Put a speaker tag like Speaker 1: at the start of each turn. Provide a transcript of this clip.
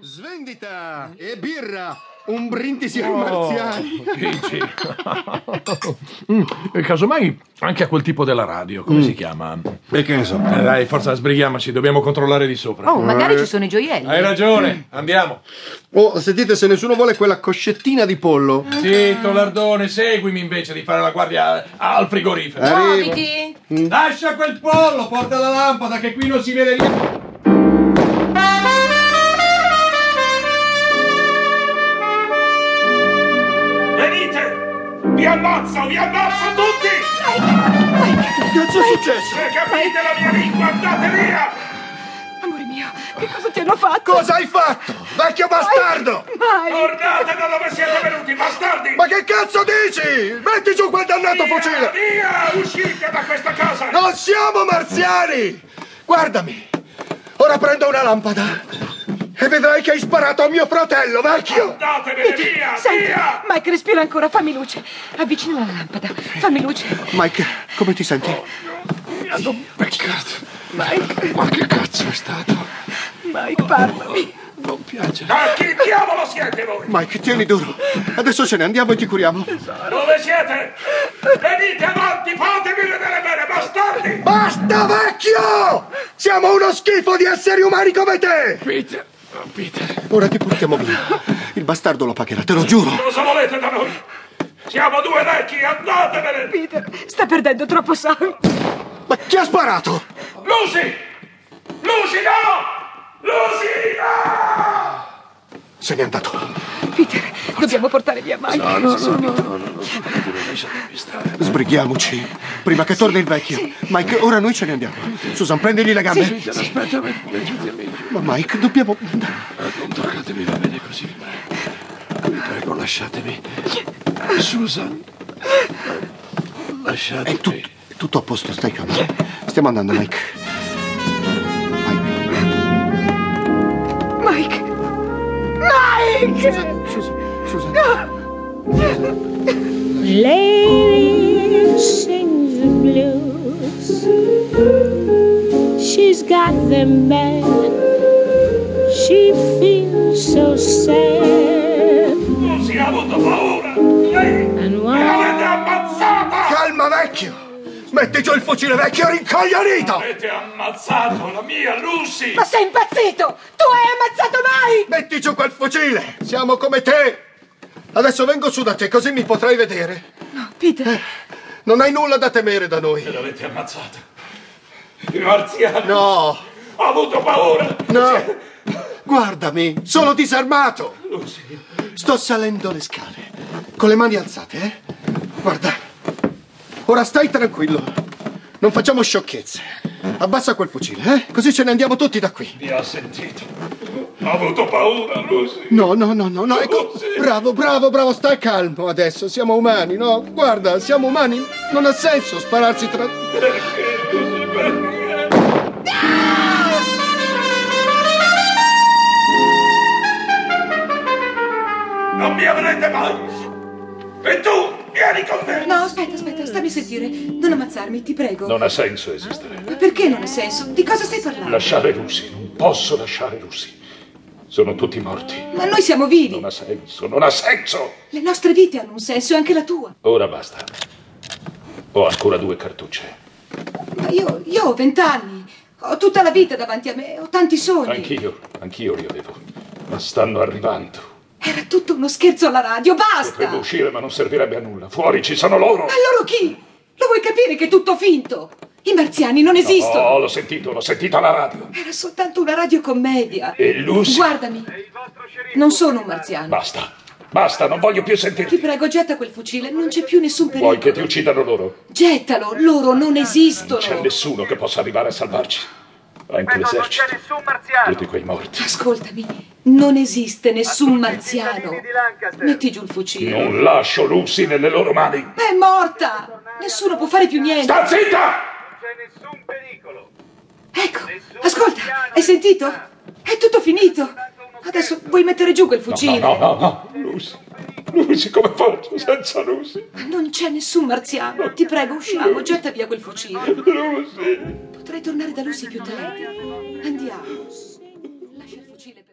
Speaker 1: Svendita e birra, un brindisi ai marziani.
Speaker 2: Dici? Mm, e casomai anche a quel tipo della radio,
Speaker 1: Mm.
Speaker 2: come si chiama?
Speaker 1: E che ne so?
Speaker 2: Eh, dai, forza, sbrighiamoci, dobbiamo controllare di sopra.
Speaker 3: Oh, magari
Speaker 4: Eh.
Speaker 3: ci sono i gioielli.
Speaker 2: Hai ragione, andiamo.
Speaker 1: Oh, sentite, se nessuno vuole quella coscettina di pollo.
Speaker 2: Zitto, Lardone, seguimi invece di fare la guardia al frigorifero.
Speaker 1: Arrivo.
Speaker 3: Muoviti!
Speaker 1: Eh.
Speaker 2: Lascia quel pollo, porta la lampada che qui non si vede niente.
Speaker 4: Venite! Vi ammazzo, vi ammazzo tutti!
Speaker 1: Che cazzo è successo?
Speaker 4: Se capite la mia lingua, andate via!
Speaker 5: Amore mio, che cosa ti hanno fatto?
Speaker 1: Cosa hai fatto? Vecchio bastardo!
Speaker 5: Mai!
Speaker 4: Tornate da dove siete venuti, bastardi!
Speaker 1: Ma che cazzo dici? Metti giù quel dannato
Speaker 4: Via,
Speaker 1: fucile!
Speaker 4: via! Uscite da questa casa!
Speaker 1: Non siamo marziani! Guardami! Ora prendo una lampada e vedrai che hai sparato a mio fratello, vecchio!
Speaker 4: Andatevene Eh, via,
Speaker 5: Senti,
Speaker 4: via!
Speaker 5: Mike, respira ancora, fammi luce. Avvicina la lampada, fammi luce.
Speaker 1: Mike, come ti senti? Mi hanno beccato. Ma che cazzo è stato?
Speaker 5: Mike, parlami.
Speaker 1: Non piace.
Speaker 4: Ma chi diavolo siete voi?
Speaker 1: Mike, tieni duro. Adesso ce ne andiamo e ti curiamo.
Speaker 4: Dove siete? Venite avanti, fatemi vedere bene, bastardi!
Speaker 1: Basta, vecchio! Siamo uno schifo di esseri umani come te!
Speaker 2: Peter, oh, Peter.
Speaker 1: Ora ti portiamo via. Il bastardo lo pagherà, te lo giuro.
Speaker 4: Cosa volete da noi? Siamo due vecchi, andatevene!
Speaker 5: Peter, sta perdendo troppo sangue.
Speaker 1: Ma chi ha sparato?
Speaker 4: Lucy! Lucy, no! Lucy, no!
Speaker 1: Se n'è andato.
Speaker 5: Peter, dobbiamo portare via Mike.
Speaker 1: Sbrighiamoci. Prima che torni il vecchio. Mike, ora noi ce ne andiamo. Susan, prendegli le gambe.
Speaker 2: Aspetta, mettetemi giù.
Speaker 1: Ma Mike, dobbiamo.
Speaker 2: Non toccatemi, va bene così, vi prego. Vi prego, lasciatemi. Susan, lasciatemi.
Speaker 1: È tutto, è tutto a posto, stai calmo. Stiamo andando, Mike. Mike.
Speaker 5: Mike! Mike!
Speaker 1: Susan, Susan.
Speaker 6: Lady sings the blues. She's got them bad. She feels so sad.
Speaker 4: Lucy ha avuto paura! Lei
Speaker 6: And
Speaker 4: me
Speaker 6: why
Speaker 4: l'avete ammazzata!
Speaker 1: Calma, vecchio! Metti giù il fucile, vecchio, rincoglionito!
Speaker 4: Avete ammazzato la mia Lucy!
Speaker 5: Ma sei impazzito! Tu hai ammazzato Mike!
Speaker 1: Metti giù quel fucile! Siamo come te! Adesso vengo su da te, così mi potrai vedere.
Speaker 4: Eh.
Speaker 5: Peter,
Speaker 1: Non hai nulla da temere da noi.
Speaker 4: L'avete ammazzata! I marziani!
Speaker 1: No,
Speaker 4: Ho avuto paura!
Speaker 1: no! Guardami, sono disarmato!
Speaker 4: Lucy,
Speaker 1: Sto salendo le scale. Con le mani alzate, eh? Guarda. Ora stai tranquillo. Non facciamo sciocchezze. Abbassa quel fucile, eh? Così ce ne andiamo tutti da qui.
Speaker 4: vi ho sentito! Ho avuto paura, Lucy!
Speaker 1: No, no, no, no, no, ecco. Bravo, bravo, bravo, stai calmo adesso. Siamo umani, no? Guarda, siamo umani. Non ha senso spararsi tra.
Speaker 4: Perché, Lucy, perché? Non mi avrete mai! E tu, vieni con me!
Speaker 3: No, aspetta, aspetta, stammi sentire. Non ammazzarmi, ti prego.
Speaker 4: Non ha senso esistere.
Speaker 3: Ma perché non ha senso? Di cosa stai parlando?
Speaker 4: Lasciare Lucy, non posso lasciare Lucy. Sono tutti morti.
Speaker 3: Ma noi siamo vivi.
Speaker 4: Non ha senso, non ha senso!
Speaker 3: Le nostre vite hanno un senso e anche la tua.
Speaker 4: Ora basta. Ho ancora due cartucce.
Speaker 3: Ma io, io ho vent'anni. Ho tutta la vita davanti a me, ho tanti sogni.
Speaker 4: Anch'io, anch'io li avevo. Ma stanno arrivando.
Speaker 3: Era tutto uno scherzo alla radio, basta!
Speaker 4: Devo uscire, ma non servirebbe a nulla. Fuori ci sono loro!
Speaker 3: Allora chi? Lo vuoi capire che è tutto finto? I marziani non esistono.
Speaker 4: Oh, l'ho sentito, l'ho sentito alla radio.
Speaker 3: Era soltanto una radiocommedia.
Speaker 4: E Lucy.
Speaker 3: Guardami, non sono un marziano.
Speaker 4: Basta, basta, non voglio più
Speaker 3: Ti
Speaker 4: sentirti.
Speaker 3: prego, getta quel fucile, non c'è più nessun
Speaker 4: Vuoi
Speaker 3: pericolo.
Speaker 4: che ti uccidano loro?
Speaker 3: Gettalo, loro non esistono.
Speaker 4: C'è nessuno che possa arrivare a salvarci. Anche
Speaker 7: Ripeto, non c'è
Speaker 4: l'esercito.
Speaker 7: nessun marziano.
Speaker 4: Tutti quei morti.
Speaker 3: Ascoltami, non esiste nessun
Speaker 7: A tutti i
Speaker 3: marziano.
Speaker 7: cittadini di Lancaster.
Speaker 3: Metti giù il fucile.
Speaker 4: Non lascio Lucy nelle loro mani.
Speaker 3: Ma è morta! Nessuno può fare più niente.
Speaker 4: Sta zitta!
Speaker 7: Non c'è nessun pericolo.
Speaker 3: Ecco,
Speaker 7: Nessun
Speaker 3: ascolta,
Speaker 7: piano
Speaker 3: hai sentito? È tutto finito.
Speaker 7: uno
Speaker 3: Adesso vuoi mettere giù quel
Speaker 4: No,
Speaker 3: fucile?
Speaker 4: no, no, no. Lucy. Lucy, come faccio senza Lucy?
Speaker 3: Non c'è nessun marziano. Ti prego, usciamo, getta via quel fucile.
Speaker 4: Lucy.
Speaker 3: Potrei tornare da Lucy più tardi.